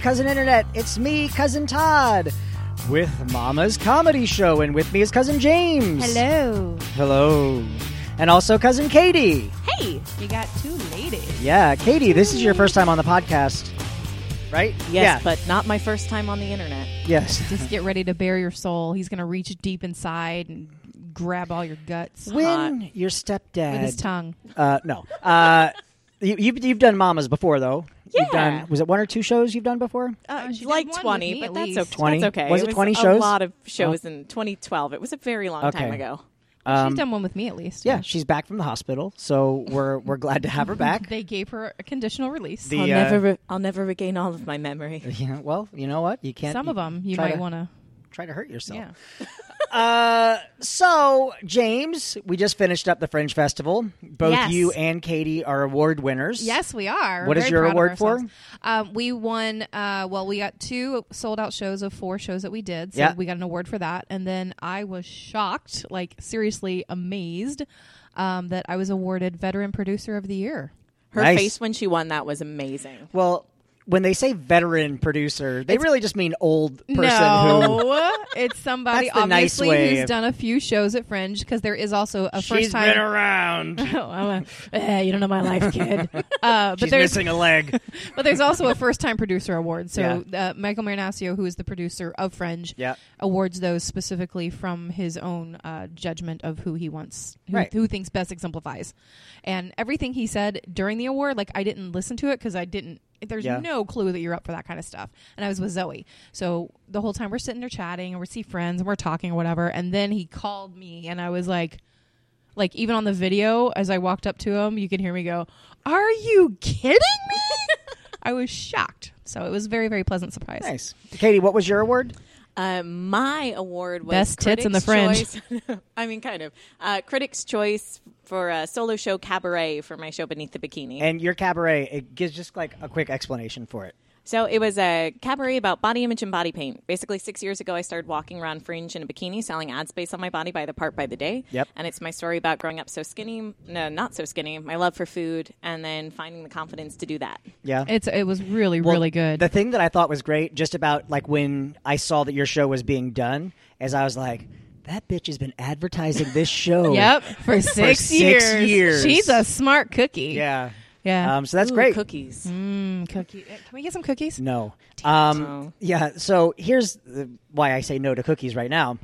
Cousin Internet. It's me, Cousin Todd, with Mama's Comedy Show, and with me is Cousin James. Hello. Hello. And also Cousin Katie. Hey, we got two ladies. Yeah, Katie, this is your first time on the podcast, right? Yes, but not my first time on the internet. yeah. Yes. Just get ready to bare your soul. He's going to reach deep inside and grab all your guts When your stepdad. with his tongue. Uh, no. Uh, you, you've, you've done mamas before, though. You've Yeah. done, was it one or two shows you've done before? Uh, Oh, she did like one with 20, me but at that's least. okay. 20? That's okay. Was it it 20 was shows? A lot of shows in 2012. It was a very long Okay. time ago. She's done one with me at least. Um, Yeah, she's back from the hospital, so we're we're glad to have her back. They gave her a conditional release. The, I'll uh, never, re- I'll never regain all of my memory. Yeah, well, you know what? You can't. Some of them you try might to- want to. try to hurt yourself. Yeah. Uh, so James, we just finished up the Fringe Festival. Both Yes. you and Katie are award winners. Yes, we are. What What is is your award for? Um, we won. Uh, well, we got two sold out shows of four shows that we did, so Yeah. we got an award for that. And then I was shocked, like seriously amazed, um, that I was awarded Veteran Producer of the Year. Her Nice. face when she won that was amazing. Well, when they say veteran producer, they really just mean old person who. no, it's somebody That's the nice obviously way who's of- done a few shows at Fringe because there is also a first She's time. been around. Oh, I'm a- eh, you don't know my life, kid. Uh, but She's there's missing a leg. but there's also a first time producer award. So uh, Michael Marinaccio, who is the producer of Fringe, Yeah. awards those specifically from his own uh, judgment of who he wants, who, Right. who thinks best exemplifies. And everything he said during the award, like I didn't listen to it because I didn't. There's Yeah. no clue that you're up for that kind of stuff. And I was with Zoe. So the whole time we're sitting there chatting and we're see friends and we're talking or whatever. And then he called me and I was like, like even on the video as i walked up to him you could hear me go are you kidding me i was shocked so it was a very very pleasant surprise Nice, Katie. What was your award? Uh, my award was Best tits in the Critics' Choice- I mean, kind of. Uh, Critics' Choice for a solo show cabaret for my show Beneath the Bikini. And your cabaret. It gives just like a quick explanation for it. So it was a cabaret about body image and body paint. Basically, six years ago, I started walking around Fringe in a bikini, selling ad space on my body by the part by the day. Yep. And it's my story about growing up so skinny, no, not so skinny, my love for food, and then finding the confidence to do that. Yeah, it's it was really really good The thing that I thought was great, just about like when I saw that your show was being done, is I was like, that bitch has been advertising this show. yep for six, six years. years. she's a smart cookie Yeah. yeah Um, so that's Ooh, great. Cookies. Mm, cookie Eh, can we get some cookies No. Um, No. yeah. So here's the, why I say no to cookies right now.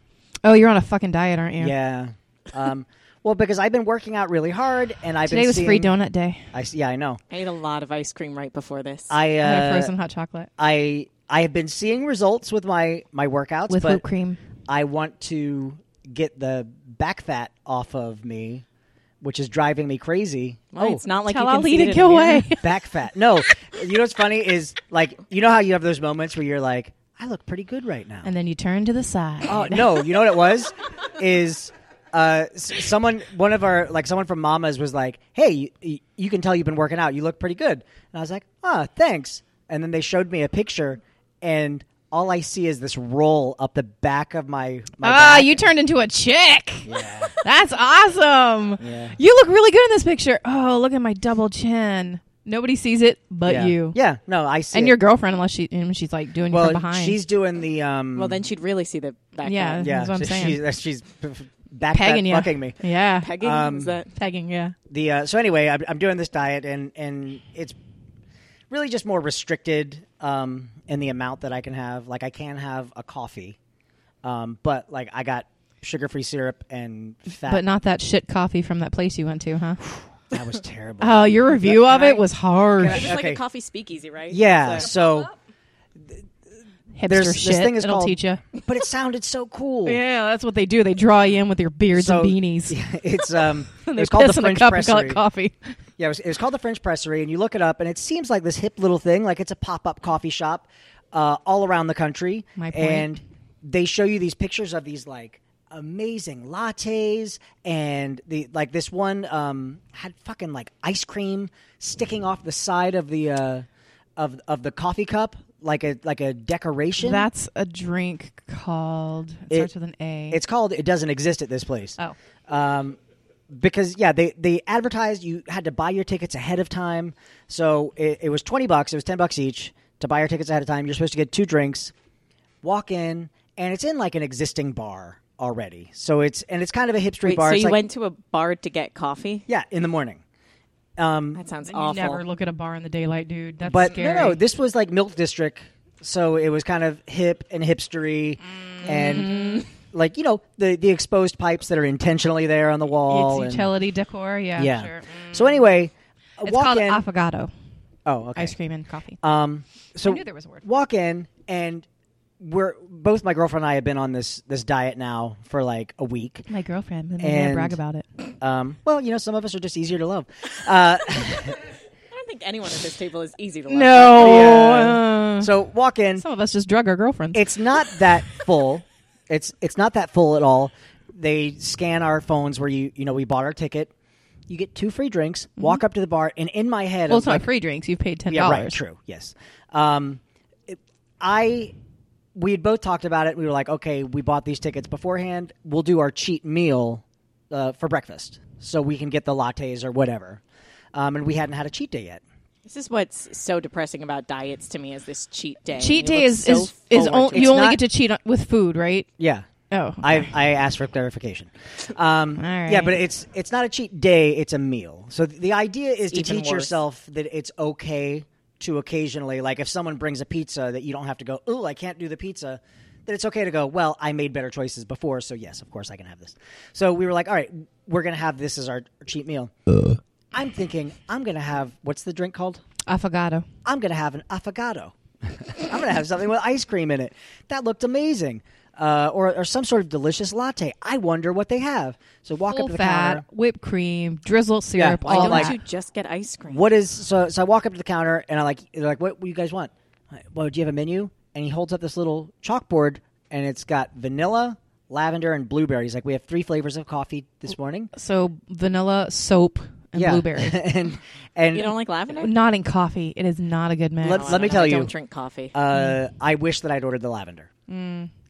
oh you're on a fucking diet aren't you Yeah. Um, well, because I've been working out really hard, and I've today been was seeing, free donut day I, yeah, I know. I ate a lot of ice cream right before this. I i had a uh, frozen hot chocolate I I have been seeing results with my my workouts, with but whipped cream I want to get the back fat off of me, which is driving me crazy. Well, oh, it's not like tell you can ali see to it in go the mirror. away back fat. No, you know what's funny is like you know how you have those moments where you're like, I look pretty good right now. and then you turn to the side oh no, you know what it was is. Uh, s- someone, one of our, like someone from Mama's was like, "Hey, you, you can tell you've been working out. You look pretty good." And I was like, "Ah, thanks." And then they showed me a picture, and all I see is this roll up the back of my. my Ah, back. you turned into a chick. That's awesome. You look really good in this picture. Oh, look at my double chin. Nobody sees it but yeah. you. Yeah, no, I see. And it. your girlfriend, unless she and she's like doing you well, from behind. she's doing the um. Well, then she'd really see the back. Yeah. end. yeah, that's what I'm she- saying. she's she's p- p- back pegging you, fucking me. Yeah, Pegging Um, is that. pegging. Yeah, The uh, so anyway, I'm, I'm doing this diet and and it's really just more restricted um in the amount that I can have. Like I can have a coffee, um, but like I got sugar free syrup and fat. but not that shit coffee from that place you went to, huh? that was terrible. Oh, your review of it was It's harsh. just like Okay. a coffee speakeasy, right? yeah, So- so Hipster there's this shit. thing is It'll called- teach you. but it sounded so cool. Yeah, that's what they do. They draw you in with your beards So- and beanies. It's um, And they it's called piss the in a French cup and call Presserie. it coffee. Yeah, it was, it was called the French Presserie, and you look it up, and it seems like this hip little thing, like it's a pop up coffee shop uh, all around the country. My point. And they show you these pictures of these like amazing lattes, and the like this one um, had fucking like ice cream sticking off the side of the uh, of of the coffee cup, like a like a decoration. That's a drink called. It, It- starts with an A. it's called. It doesn't exist at this place. oh. um, because yeah, they they advertised you had to buy your tickets ahead of time, so it, it was twenty bucks. It was ten bucks each to buy your tickets ahead of time. You're supposed to get two drinks, walk in, and it's in like an existing bar already. So it's and it's kind of a hipstery Wait, bar. so It's you like- went to a bar to get coffee? yeah, in the morning. Mm-hmm. That sounds You awful. never look at a bar in the daylight, dude. That's But scary. no, no, this was like Milk District, so it was kind of hip and hipstery, Mm. and like you know the the exposed pipes that are intentionally there on the wall. it's and- utility decor. Yeah, yeah. sure. Mm. So anyway, It's walk called in. affogato, oh, okay. ice cream and coffee. Um, so I knew there was a word. Walk in, and we're both my girlfriend and I have been on this this diet now for like a week. My girlfriend, and, and- they brag about it. Um, well, you know, some of us are just easier to love. Uh, I don't think anyone at this table is easy to love. No, Yeah. Oh, uh, so walk in. some of us just drug our girlfriends. It's not that full. It's it's not that full at all. They scan our phones where you you know we bought our ticket. You get two free drinks. Walk up to the bar, and in my head, Mm-hmm. well, I'm it's not like, free drinks. You've paid ten Yeah, dollars. right. True. Yes. Um, it- I we had both talked about it. We were like, okay, we bought these tickets beforehand. We'll do our cheat meal uh, for breakfast, so we can get the lattes or whatever. Um, and we hadn't had a cheat day yet. This is what's so depressing about diets to me is this cheat day. Cheat You day look is so is, is forward on, to you it. only not- get to cheat on, with food, right? Yeah. Oh, okay. I, I asked for clarification. Um, All right. Yeah, but it's it's not a cheat day; it's a meal. So th- the idea is to even teach worse. yourself that it's okay to occasionally, like if someone brings a pizza, that you don't have to go, "Ooh, I can't do the pizza." That it's okay to go. Well, I made better choices before, so yes, of course I can have this. So we were like, "All right, we're gonna have this as our cheat meal." I'm thinking I'm gonna have what's the drink called? affogato. I'm going to have an affogato. I'm going to have something with ice cream in it. That looked amazing. Uh, or, or some sort of delicious latte. I wonder what they have. So walk Full up to the fat, counter. whipped cream, drizzle syrup, Why Why all don't like- that. you just get ice cream? What is so? So I walk up to the counter and I like they're like what, what do you guys want? I'm like, Well, do you have a menu? And he holds up this little chalkboard and it's got vanilla, lavender, and blueberry. He's like, we have three flavors of coffee this morning. so vanilla, soap, and yeah, blueberry. and and You don't like lavender? not in coffee. It is not a good mix. Let's- No, let I don't me know. tell I you. Don't drink coffee. Uh, I wish that I'd ordered the lavender.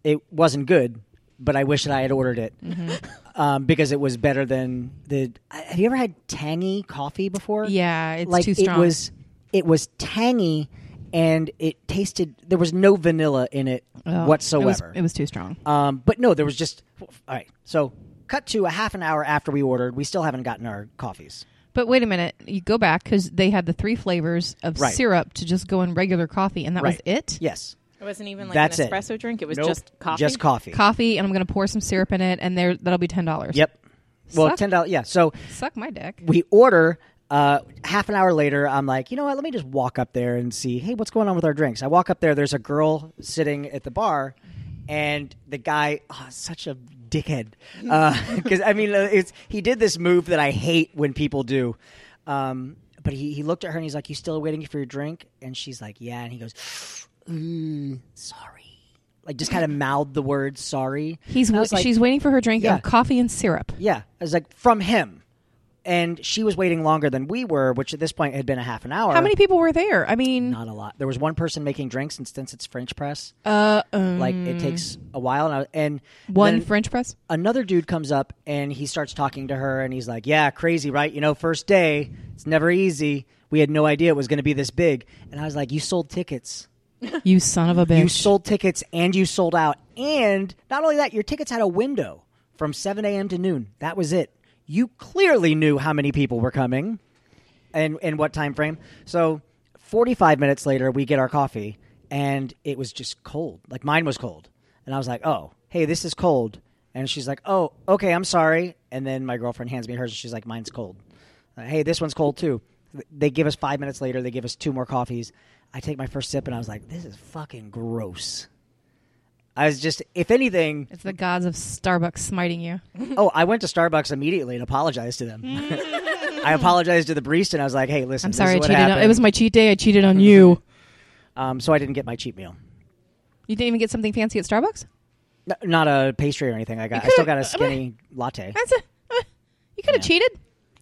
It wasn't good, but I wish that I had ordered it Mm-hmm. um, because it was better than the. Have you ever had tangy coffee before? yeah, it's like too strong. it was. It was tangy, and it tasted. There was no vanilla in it Oh, whatsoever. It was, it was too strong. Um, but no, there was just. All right, so cut to a half an hour after we ordered. We still haven't gotten our coffees. But wait a minute, you go back because they had the three flavors of Right. syrup to just go in regular coffee, and that was Right. it. Yes, it wasn't even like that's an it. espresso drink. It was Nope. just coffee. Just coffee. Coffee, and I'm going to pour some syrup in it, and there that'll be ten dollars. yep. Well, Suck. ten dollars. Yeah. So Suck my dick. we order uh, half an hour later i'm like you know what let me just walk up there and see hey what's going on with our drinks i walk up there there's a girl sitting at the bar and the guy oh, such a dickhead because i mean uh, it's he did this move that i hate when people do um, but he, he looked at her and he's like you still waiting for your drink and she's like yeah and he goes "Mm, sorry like just kind of mouthed the word sorry He's And I wa- was like, she's waiting for her drink Yeah. of coffee and syrup. yeah, I was like from him, and she was waiting longer than we were, which at this point had been a half an hour. How many people were there? I mean, Not a lot. There was one person making drinks, and since it's French press, uh, um, like it takes a while. And, I, and one then French press. another dude comes up and he starts talking to her, and he's like, "Yeah, crazy, right? You know, first day, it's never easy. We had no idea it was going to be this big." And I was like, "You sold tickets." You son of a bitch. You sold tickets and you sold out. And not only that, your tickets had a window from 7 a.m. to noon. That was it. You clearly knew how many people were coming and, and what time frame. So 45 minutes later, we get our coffee and it was just cold. Like mine was cold. And I was like, oh, hey, this is cold. And she's like, oh, okay, I'm sorry. And then my girlfriend hands me hers and she's like, mine's cold. Uh, hey, this one's cold too. They give us five minutes later, they give us two more coffees. I take my first sip and I was like, this is fucking gross. I was just, if anything, it's the gods of Starbucks smiting you. oh, I went to Starbucks immediately and apologized to them. I apologized to the barista and I was like, hey, listen, I'm sorry, I this is cheated. what On, happened. it was my cheat day. I cheated on you. um, so I didn't get my cheat meal. You didn't even get something fancy at Starbucks. N- not a pastry or anything. I got. I still got a skinny latte. That's a, uh, you could have cheated.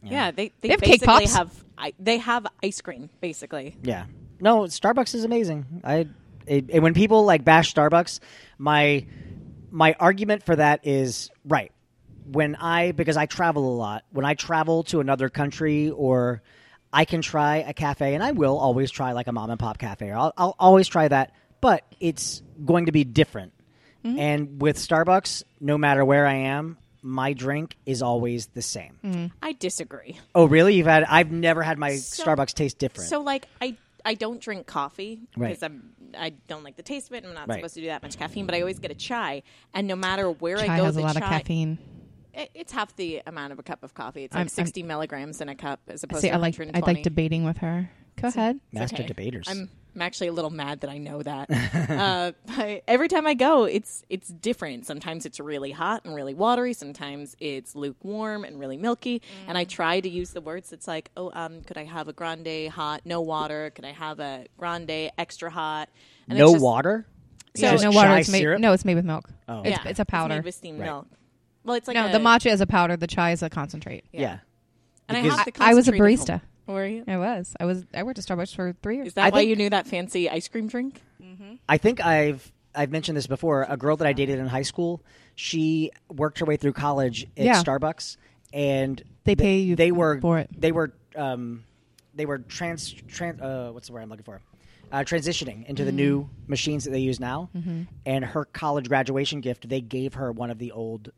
Yeah, they, they, have cake basically pops. have I, they have ice cream basically. Yeah. No, Starbucks is amazing. I it, and when people like bash Starbucks, my my argument for that is right. When I because I travel a lot, when I travel to another country or I can try a cafe, and I will always try like a mom and pop cafe. Or I'll, I'll always try that, but it's going to be different. Mm-hmm. And with Starbucks, no matter where I am, my drink is always the same. I disagree. Oh, really? You've had? I've never had my So- Starbucks taste different. So like I I don't drink coffee Right. because I'm I don't like the taste of it. and I'm not Right. supposed to do that much caffeine, but I always get a chai, and no matter where I Chai go, has a the lot chai of caffeine. it- it's half the amount of a cup of coffee. It's like I'm- I'm- 60 milligrams in a cup as opposed See, to I like I 120. like debating with her. Go ahead. Master okay. debaters. I'm, I'm actually a little mad that I know that. uh, but every time I go, it's it's different. Sometimes it's really hot and really watery. Sometimes it's lukewarm and really milky. And I try to use the words. It's like, oh, um, could I have a grande hot, no water? Could I have a grande extra hot? And no it's just- water. So- Just no water. chai It's made, syrup? No, it's made with milk. Oh. it's, Yeah. it's a powder. It's made with steamed Right. milk. Well, it's like no, a- the matcha is a powder. The chai is a concentrate. Yeah. And I, because- have the I was a concentrated barista. home. Were you? I was. I was. I worked at Starbucks for three years. Is that I why think- you knew that fancy ice cream drink? I think I've I've mentioned this before. A girl that I dated in high school, she worked her way through college at Yeah. Starbucks, and They th- pay you They were for it. They were um, they were trans trans. Uh, what's the word I'm looking for? Uh, transitioning into Mm-hmm. the new machines that they use now, and her college graduation gift, they gave her one of the old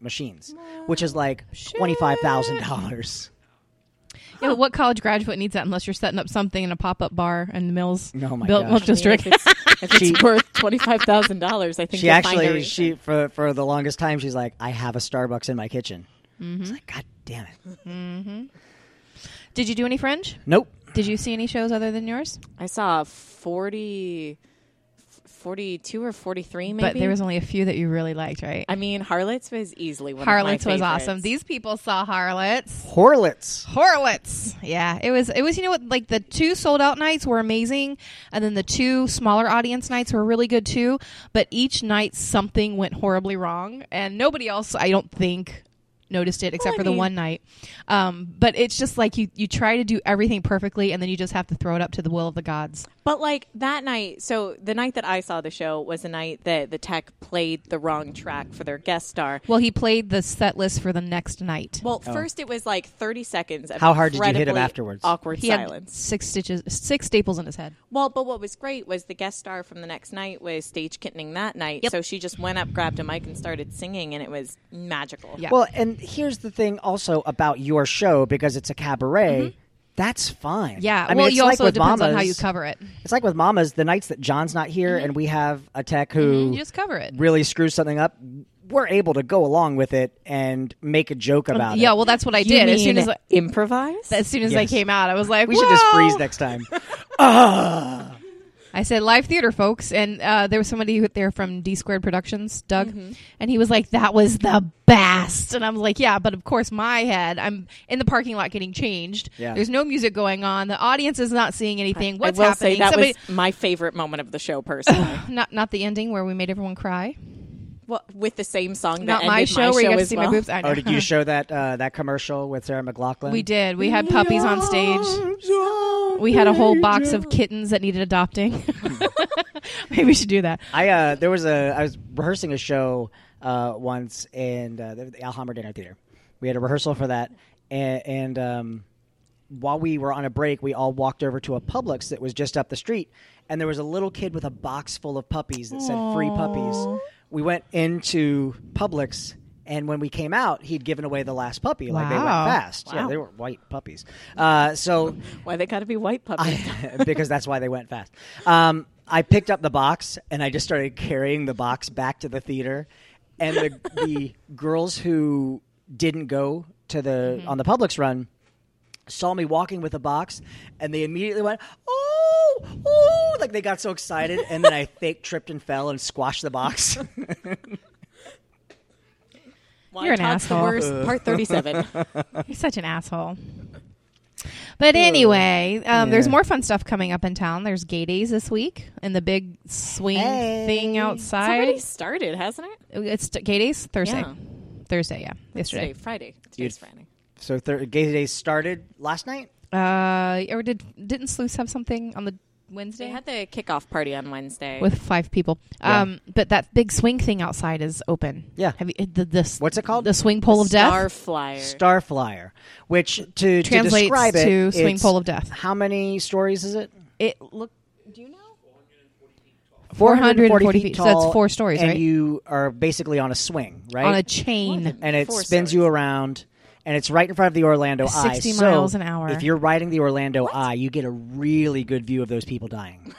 machines, which is like twenty five thousand dollars. Yeah, but what college graduate needs that unless you're setting up something in a pop up bar in the Mills Oh my Bill- gosh. I Milk mean, District? If it's, if it's worth twenty five thousand dollars, I think She you'll find a actually reason. she for for the longest time she's like, I have a Starbucks in my kitchen. Mm-hmm. It's like, God damn it, Did you do any French? nope. Did you see any shows other than yours? I saw 40, 42 or 43 maybe. But there was only a few that you really liked, right? I mean, Harlots was easily one Harlots of my was awesome. favorites. These people saw Harlots. Horlitz. Horowitz. Yeah, it was. It was. You know what? Like the two sold out nights were amazing, and then the two smaller audience nights were really good too. But each night something went horribly wrong, and nobody else, I don't think, noticed it except I for the mean- one night. Um, but it's just like you you try to do everything perfectly, and then you just have to throw it up to the will of the gods. But like that night, so the night that I saw the show was the night that the tech played the wrong track for their guest star. Well, he played the set list for the next night. Well, first it was like 30 seconds of Oh. How hard did you hit him incredibly afterwards? Awkward he had silence. six stitches, six staples in his head. Well, but what was great was the guest star from the next night was stage kittening that night. Yep. So she just went up, grabbed a mic, and started singing, and it was magical. Yeah. Well, and here's the thing also about your show because it's a cabaret. That's fine. Mm-hmm. Yeah. I mean, well, it's you like also with it depends on how Mamas- you cover it. It's like with Mamas, the nights that John's not here and we have a tech who Mm-hmm. You just cover it. really screws something up, we're able to go along with it and make a joke about it. Um, Yeah, well, that's what I did. as soon as I, improvise? as soon as I Yes. came out, I was like, we should just "Whoa." freeze next time. I said live theater, folks, and uh, there was somebody who- there from D Squared Productions, Doug, Mm-hmm. and he was like, "That was the best," and I'm like, "Yeah," but of course, my head, I'm in the parking lot getting changed. Yeah. There's no music going on. The audience is not seeing anything. What's I will happening? say that Somebody- was my favorite moment of the show, personally. not not the ending where we made everyone cry. well, with the same song that Not my ended show where you got to as see well. my boobs. I know. oh, did you show that uh, that commercial with Sarah McLaughlin? we did. We had puppies on stage. We had a whole box of kittens that needed adopting. Maybe we should do that. I uh, there was a I was rehearsing a show uh, once in uh, the, the Alhambra Dinner Theater. We had a rehearsal for that, and, and um, while we were on a break, we all walked over to a Publix that was just up the street, and there was a little kid with a box full of puppies that said "free puppies." We went into Publix. And when we came out, he'd given away the last puppy. Like they went Wow. fast. Yeah, they were white puppies. Uh, so Why they got to be white puppies? because that's why they went fast. Um, I picked up the box and I just started carrying the box back to the theater, and the, the girls who didn't go to the Mm-hmm. on the Publix run saw me walking with a box, and they immediately went, "Oh, oh!" Like they got so excited, and then I fake tripped and fell and squashed the box. Why You're an Todd's the asshole. worst? Part 37. You're such an asshole. But anyway, um, there's more fun stuff coming up in town. There's gay days this week and the big swing Hey. thing It's already outside. started, hasn't it? It's t- gay days Thursday. Yeah. Thursday, yeah. Yesterday. Today, Friday. Today's Friday. so thir- Gay Day started last night. Uh, or did didn't Sluice have something on the Wednesday. They had the kickoff party on Wednesday. with five people. Yeah. Um, but that big swing thing outside is open. Yeah. Have you the, the What's it called? The swing pole of death. Star Flyer. Star Flyer, which to, to Translates describe it to swing it's- pole of death. How many stories is it? It look. Do you know? 440 440 feet. So that's four stories, and right? you are basically on a swing, right? On a chain. and it Four spins you stories. around, and it's right in front of the Orlando Eye. 60 So miles an hour. If you're riding the Orlando Eye, you get a really good view of those people dying.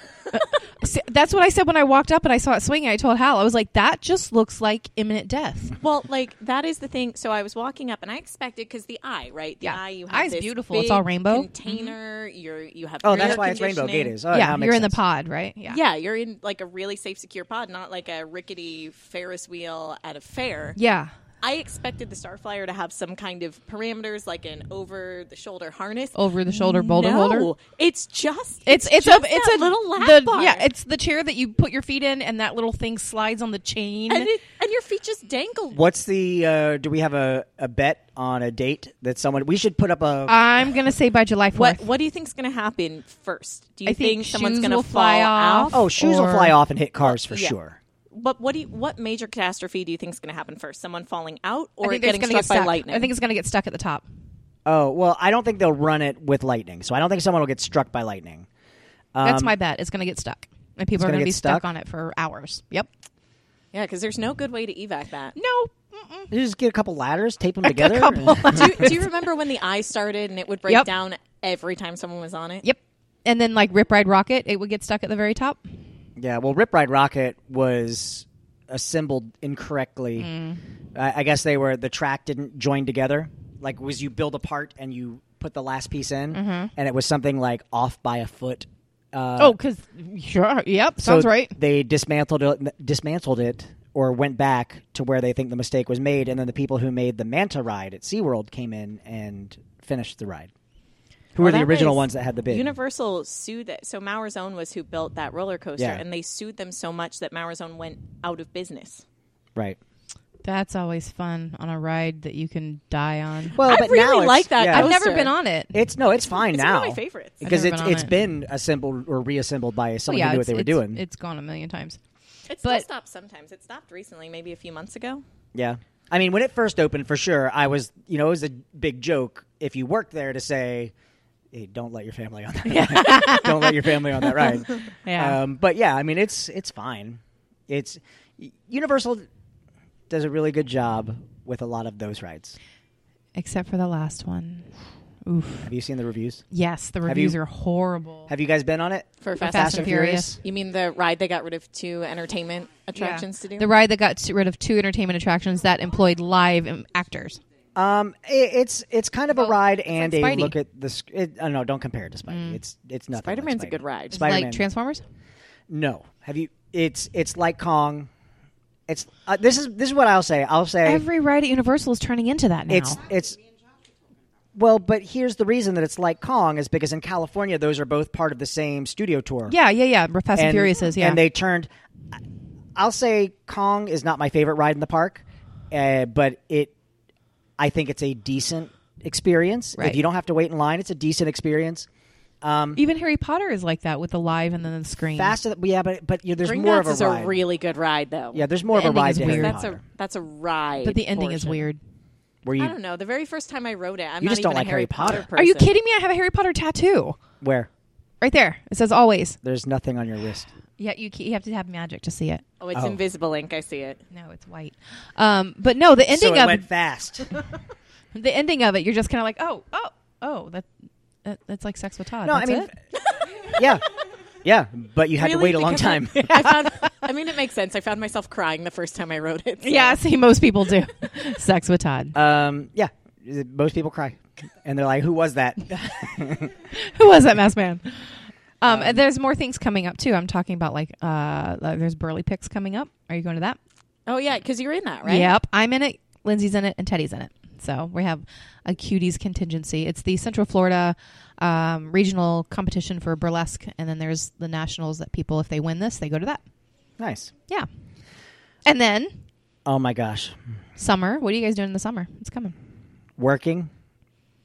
See, that's what I said when I walked up and I saw it swinging. I told Hal, I was like, "That just looks like imminent death." Well, like that is the thing. So I was walking up, and I expected because the eye, right? The Yeah. eye. You have Eye's this beautiful. It's big all rainbow. Mm-hmm. Container. You're you have. Oh, that's air why it's Rainbow Gate conditioning. is. Oh, now yeah, it makes you're in the sense. pod, right? Yeah. Yeah, you're in like a really safe, secure pod, not like a rickety Ferris wheel at a fair. Yeah. I expected the Star Flyer to have some kind of parameters, like an over-the-shoulder harness. Over the shoulder boulder no, holder. it's just It's it's just a it's that a little lap the, bar. Yeah, it's the chair that you put your feet in, and that little thing slides on the chain. and it, and your feet just dangle. What's the? Uh, do we have a, a bet on a date that someone? We should put up a. I'm gonna say by July fourth. What what do you think's going to happen first? Do you I think someone's shoes going to will fly off? off. oh, shoes will or- fly off and hit cars for Yeah. sure. But what do you, what major catastrophe do you think is going to happen first? Someone falling out I or think getting it's struck gonna get by stuck. lightning? I think it's gonna get stuck at the top. Oh well, I don't think they'll run it with lightning, so I don't think someone will get struck by lightning. That's my bet. It's going to get stuck. And people are Um, gonna going to get be stuck? stuck? on it for hours. Yep. yeah, because there's no good way to evac that. No. Mm-mm. You just get a couple ladders, tape them together. couple and- do, you, do you remember when the eye started and it would break Yep. down every time someone was on it? Yep. And then like Rip Ride Rocket, it would get stuck at the very top. yeah, well, Rip Ride Rocket was assembled incorrectly. Mm. I, I guess they were the track didn't join together. Like, was you build a part and you put the last piece in, Mm-hmm. and it was something like off by a foot. Uh, oh, because sure. Yep. Sounds so right. They dismantled it, dismantled it or went back to where they think the mistake was made, and then the people who made the Manta ride at SeaWorld came in and finished the ride. Who were the Well, that original was- ones that had the bid? Universal sued that. So Mauer's Own was who built that roller coaster, Yeah. and they sued them so much that Mauer's Own went out of business. right. That's always fun on a ride that you can die on. Well, I but really now it's- like that yeah. I've coaster. never been on it. It's no, it's fine it's one now. of my favorites. I've because never it's been on it's it. been assembled or reassembled by Well, someone yeah, who knew it's- what they were it's- doing. It's gone a million times. It still But- stops sometimes. It stopped recently, maybe a few months ago. yeah, I mean, when it first opened, for sure, I was you know it was a big joke if you worked there to say, hey, don't let your family on that. ride. don't let your family on that ride. Yeah. Um, but yeah, I mean, it's it's fine. It's Universal does a really good job with a lot of those rides. Except for the last one. Oof. Have you seen the reviews? Yes, the Have reviews you- are horrible. Have you guys been on it? For Fast Fast and and Furious. You mean the ride they got rid of two entertainment attractions to do? The ride that got t- rid of two entertainment attractions that employed live um, actors. Um, i it's it's kind of a Well, ride it's and like a Spidey. Mm. look at the. sc- It, oh no, don't compare it to Spidey. It's it's nothing. like Spider-Man's a Spidey. good ride. It's Spider-Man. Like Transformers? no, have you? It's it's like Kong. It's uh, this is this is what I'll say. I'll say Every ride at Universal is turning into that now. it's it's. Well, but here's the reason that it's like Kong is because in California those are both part of the same studio tour. Yeah, yeah, yeah. Fast and, Furious is, yeah. And they turned. I'll say Kong is not my favorite ride in the park, uh, but it. I think it's a decent experience. If Right. you don't have to wait in line, it's a decent experience. Even Harry Potter is like like that with the live and then the screen. Faster, th- yeah, but but yeah, there's Green more of a is a ride. really good ride, though. yeah, there's more The of a ending ride is to Harry weird. that's a Potter, that's a ride. but the ending is portion. weird. where you I don't know. The very first time I rode it, I'm You not just don't even like a Harry Harry Potter. Potter. Are you person. kidding me? I have a Harry Potter tattoo where right there. It says always. there's nothing on your wrist. Yeah, you, you have to have magic to see it. Oh, it's Oh. invisible ink. I see it. No, it's white. Um, but no, the ending so it of went fast. the ending of it, you're just kind of like, oh, oh, oh, that, that that's like sex with Todd. No, I That's mean, it? yeah, yeah, but you had to Really? wait a long Because time. I found. I mean, it makes sense. I found myself crying the first time I wrote it. so. yeah. See, most people do sex with Todd. um, yeah, most people cry, and they're like, "Who was that?" Who was that masked man? Um, and there's more things coming up too. I'm talking about like uh, like, there's Burley Picks coming up. Are you going to that? Oh yeah, because you're in that, right? Yep, I'm in it. Lindsay's in it, and Teddy's in it. So we have a cuties contingency. It's the Central Florida um, regional competition for burlesque, and then there's the nationals that people, if they win this, they go to that. nice. Yeah, and then Oh my gosh, summer. What are you guys doing in the summer? It's coming. working.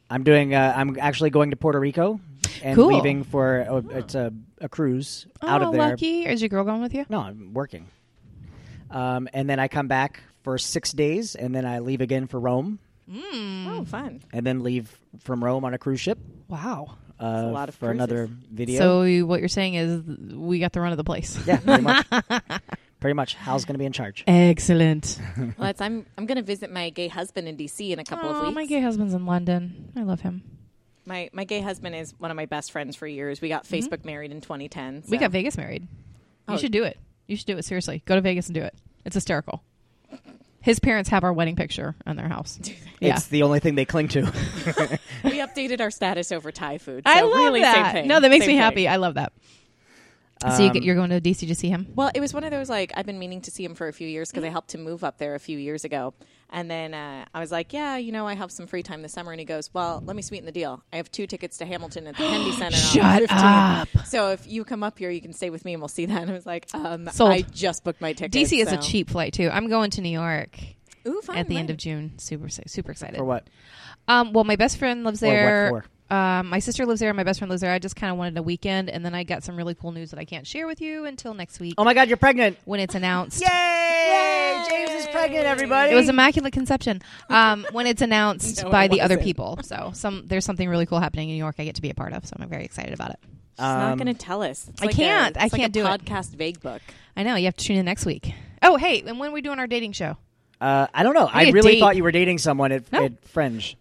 I'm doing. Uh, I'm actually going to Puerto Rico and Cool. leaving for a, it's a, a cruise out oh, of there. lucky. Is your girl going with you? No, I'm working. Um, and then I come back for six days, and then I leave again for Rome, Mm. Oh, fun. and then leave from Rome on a cruise ship. Wow. Uh, a lot of for another video. So you- what you're saying is th- we got the run of the place. yeah, pretty much. pretty much. Hal's going to be in charge. Excellent. Well, that's, I'm I'm going to visit my gay husband in D.C. in a couple of Oh, weeks. my gay husband's in London. I love him. my my gay husband is one of my best friends for years. We got Facebook married in 2010. Mm-hmm. We so- got Vegas married. Oh. You should do it. You should do it. Seriously. Go to Vegas and do it. It's hysterical. His parents have our wedding picture in their house. Yeah. It's the only thing they cling to. we updated our status over Thai food. I so love really same that. thing, No, that makes same me thing. happy. I love that. so you Um, get, you're going to DC to see him? Well, it was one of those like I've been meaning to see him for a few years because I helped him move up there a few years ago, and then uh, I was like, yeah, you know, I have some free time this summer, and he goes, well, let me sweeten the deal. I have two tickets to Hamilton at the Kennedy Center. on Shut the 15th. up. So if you come up here, you can stay with me and we'll see that. And I was like, um, Sold. I just booked my ticket. DC is a so- cheap flight too. I'm going to New York Ooh, fine, at the end fine. of June. Super super excited. for what? Um, well, my best friend lives Or what there. Um, my sister lives there. My best friend lives there. I just kind of wanted a weekend, and then I got some really cool news that I can't share with you until next week Oh my God, you're pregnant. when it's announced. Yay! James is pregnant, everybody. It was immaculate conception. Um, when it's announced No, it by the other wasn't. people, so some there's something really cool happening in New York. I get to be a part of, so I'm very excited about it. She's not going to tell us. It's Um, I like can't. A, I it's like can't a do it. Podcast vague book. I know you have to tune in next week. Oh, hey, and when are we doing our dating show? Uh, I don't know. I need a really date. thought you were dating someone at, No. at Fringe.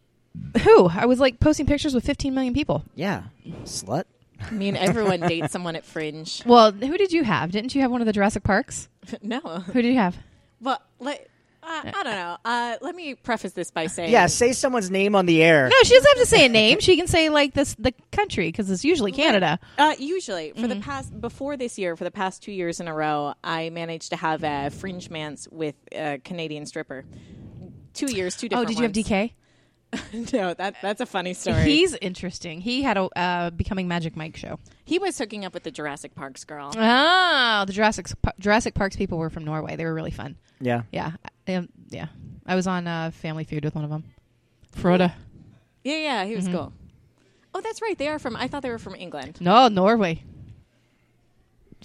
Who? I was like posting pictures with 15 million people. Yeah, slut. I mean, everyone dates someone at Fringe. Well, who did you have? Didn't you have one of the Jurassic Parks? no, Who did you have? well, let, uh, I don't know. Uh, let me preface this uh, by saying, Yeah, say someone's name on the air. No, she doesn't have to say a name. She can say like this the country because it's usually Canada. Uh, usually, for the past before this year, for the past two years in a row, I managed to have a fringe manse with a Canadian stripper. Two years, two Oh, different. did you have DK? DK? no, that that's a funny story. He's interesting. He had a uh, becoming Magic Mike show. he was hooking up with the Jurassic Parks girl. Oh, the Jurassic Jurassic Parks people were from Norway. They were really fun. Yeah. Yeah, I- um, yeah. I was on uh, Family Feud with one of them. Froda. Yeah, yeah, he was cool. Oh, that's right. They are from. I thought they were from England. No, Norway.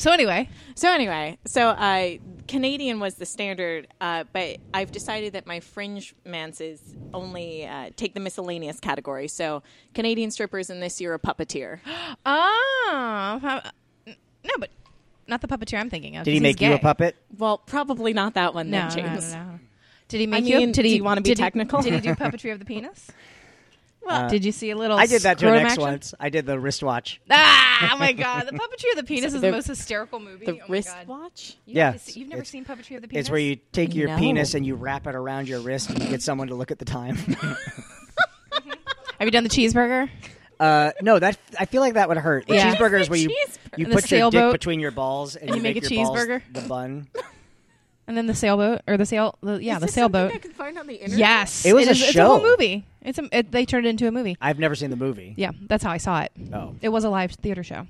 So anyway, So anyway, so uh, Canadian was the standard, uh, but I've decided that my fringe manses only uh, take the miscellaneous category. So Canadian strippers and this year a puppeteer. oh how- no, but not the puppeteer I'm thinking of. Did he 'cause make he's you a gay. puppet? Well, probably not that one, No, then, no, no, James. no. Did he make you? mean, did he, do you wanna be did he- technical? did he do puppetry of the penis? Well, did you see a little? Uh, I did that to an scrotum ex action? once. I did the wristwatch. Ah, oh my god, the puppetry of the penis is the, the- most hysterical movie. The oh my God. wristwatch. You've Yeah. never se- you've never It's- seen puppetry of the penis. It's where you take your No. penis and you wrap it around your wrist and you get someone to look at the time. have you done the cheeseburger? uh, no, that I feel like that would hurt. The Yeah. cheeseburger is where you Cheeseburger. you And the put your dick sailboat. between your balls and, And you make a your balls cheeseburger. the bun. And then the sailboat or the sail? The, yeah, Is the this something sailboat. I could find on the internet. Yes, It was a is- It's a whole show. movie. It's a, it, they turned it into a movie. I've never seen the movie. Yeah, that's how I saw it. Oh. It was a live theater show.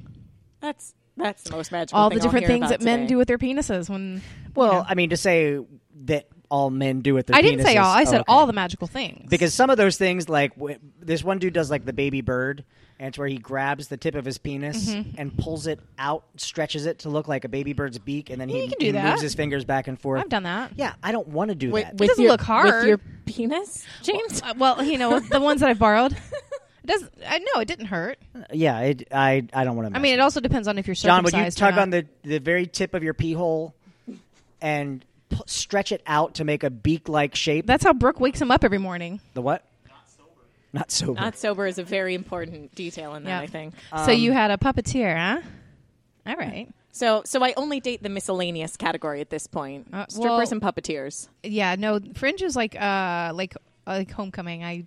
that's that's the most magical. All thing the I'll different hear things about that men today. do with their penises when. Well, you know. I mean to say that all men do with their I didn't say penises- all. I oh, said okay. all the magical things. because some of those things like w- this one dude does like the baby bird and it's where he grabs the tip of his penis Mm-hmm. and pulls it out stretches it to look like a baby bird's beak and then he, you can do he that. moves his fingers back and forth I've done that. yeah i don't want to do Wi- that with doesn't your- look hard. With your penis, James. Uh, well, you know the ones that I borrowed. It doesn't. I know it didn't hurt. yeah it, i i don't want to I mean, it also depends on if you're john circumcised. would you or tug not. on the the very tip of your pee hole and p- stretch it out to make a beak like shape That's how Brooke wakes him up every morning. the what not sober Not sober is a very important detail in that. Yeah. I think. so you Um, had a puppeteer, huh? All right. So so I only date the miscellaneous category at this point. Uh, Strippers well- and puppeteers. Yeah. No, Fringe is like uh like like homecoming. I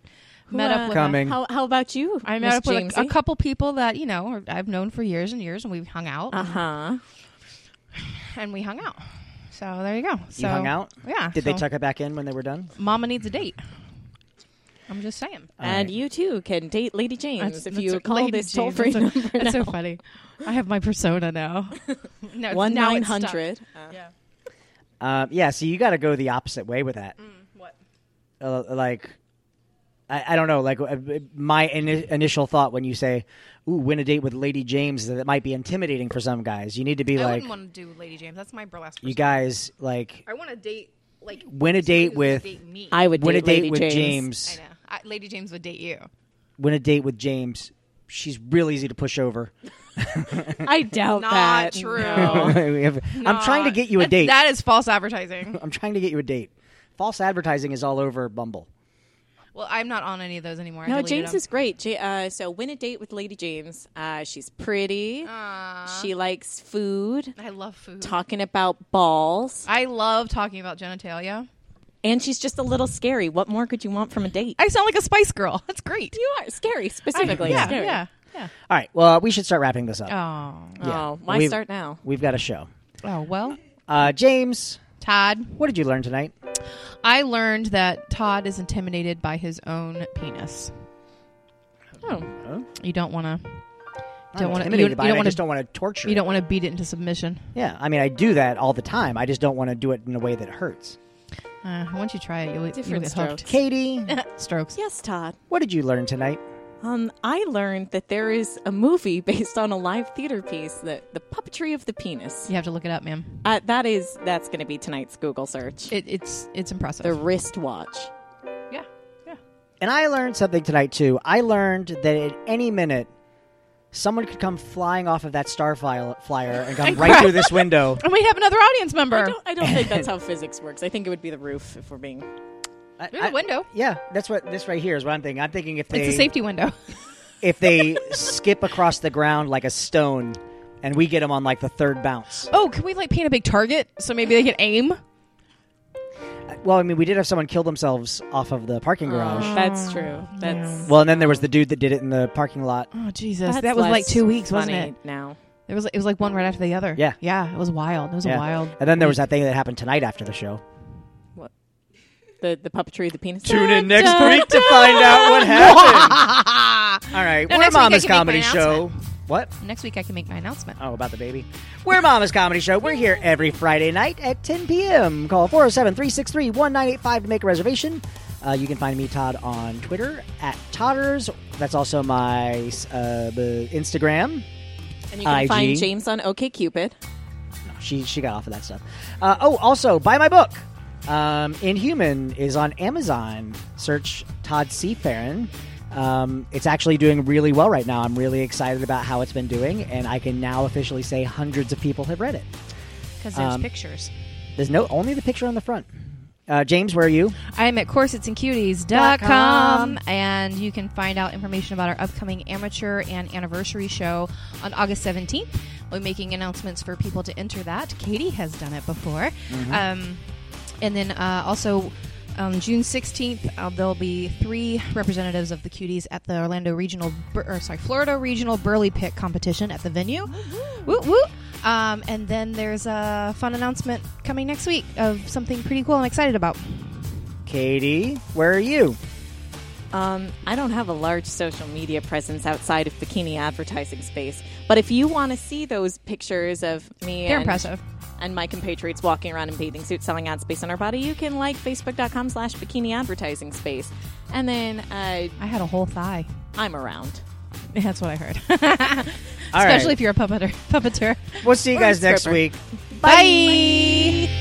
met uh, up with Coming. How how about you? A, I met up with a, a couple people that you know are- I've known for years and years, and we hung out Uh huh. and we hung out. So there you go. you So, hung out Yeah. did they so tuck it back in when they were done Mama needs a date. I'm just saying. And you too can date Lady James That's- if that's you a- call Lady this James, toll free that's number so- That's so funny. I have my persona now. no, it's- one now nine it's stuck. hundred. Yeah. Um, yeah, so you got to go the opposite way with that. What? Uh, like, I, I don't know. Like uh, my ini initial thought when you say, "Ooh, win a date with Lady James," is that it might be intimidating for some guys. You need to be I like, wouldn't want to do Lady James. That's my burlesque. you persona. guys like I want to date like Win a somebody date who's gonna with- date me. I would win a date date Lady with James. I know. I, Lady James would date you. Win a date with James. She's real easy to push over. I doubt Not that. true. No. We have- I'm trying to Not- get you a that's- date. Uh, That is false advertising. I'm trying to get you a date. False advertising is all over Bumble. well, I'm not on any of those anymore. I No, deleted James them. is great. J- uh, so win a date with Lady James. Uh, she's pretty. She likes food. Uh, I love food. Talking about balls, I love talking about genitalia. and she's just a little scary. What more could you want from a date? I sound like a Spice Girl. That's great. you are scary, specifically. yeah, scary. yeah, yeah. All right. Well, we should start wrapping this up. Oh, Oh, why We've- start now? We've got a show. oh well. Uh, James, Todd, what did you learn tonight? I learned that Todd is intimidated by his own penis. Oh, You don't want to. I'm Don't want to. You, intimidated you by it. don't I want just to. don't want to torture. You it. don't want to beat it into submission. Yeah, I mean, I do that all the time. I just don't want to do it in a way that hurts. Uh, once you try it, you'll, you'll Different get hooked. Katie, Strokes. yes, Todd. what did you learn tonight? Um, I learned that there is a movie based on a live theater piece, the the puppetry of the penis. You have to look it up, ma'am. Uh, that is that's going to be tonight's Google search. It, it's it's impressive. the wristwatch. yeah, yeah. And I learned something tonight too. I learned that at any minute, someone could come flying off of that star file, flyer and come right through this window. And we have another audience member. I don't, I don't think that's how physics works. I think it would be the roof if we're being. I- Through the I- window. Yeah, that's what this right here is what I'm thinking. I'm thinking if they It's a safety window. if they skip across the ground like a stone, and we get them on like the third bounce. Oh, can we like paint a big target so maybe they can aim? Well, I mean, we did have someone kill themselves off of the parking garage. That's true. That's well, and then there was the dude that did it in the parking lot. Oh Jesus, that's that was like less two weeks, wasn't funny it? Now It was it was like one right after the other. Yeah. yeah, it was wild. It was Yeah. a wild. And then there was that thing that happened tonight after the show. what? The the puppetry of the penis. Dun, to find out what happened. All right, No, we're next week I Mama's can make my Comedy Show. announcement. What? Next week I can make my announcement. Oh, about the baby. We're Mama's Comedy Show. We're here every Friday night at 10 p.m. Call 407 363 1985 to make a reservation. Uh, you can find me, Todd, on Twitter at Todders. That's also my uh, b- Instagram. And you can IG. find James on OKCupid. She she got off of that stuff. Uh, oh, also buy my book. Um, Inhuman is on Amazon. Search Todd C. Farron. Um, it's actually doing really well right now. I'm really excited about how it's been doing, and I can now officially say hundreds of people have read it. Because there's Um, pictures. There's no only the picture on the front. Uh, James, where are you? I'm at corsetsandcuties.com, and you can find out information about our upcoming amateur and anniversary show on August 17th. We're making announcements for people to enter that. Katie has done it before. Um, and then uh, also. Um, June 16th, uh, there'll be three representatives of the Cuties at the Orlando Regional, Bur- or sorry, Florida Regional Burley Pick competition at the venue. Woo woo! Um, and then there's a fun announcement coming next week of something pretty cool I'm excited about. Katie, where are you? Um, I don't have a large social media presence outside of bikini advertising space, but if you want to see those pictures of me They're and, impressive. and my compatriots walking around in bathing suits selling ad space on our body, you can like facebook.com slash bikini advertising space. And then uh, I had a whole thigh. I'm around. That's what I heard. right. Especially if you're a puppeter. puppeteer. We'll see you We're a guys next stripper. week. Bye.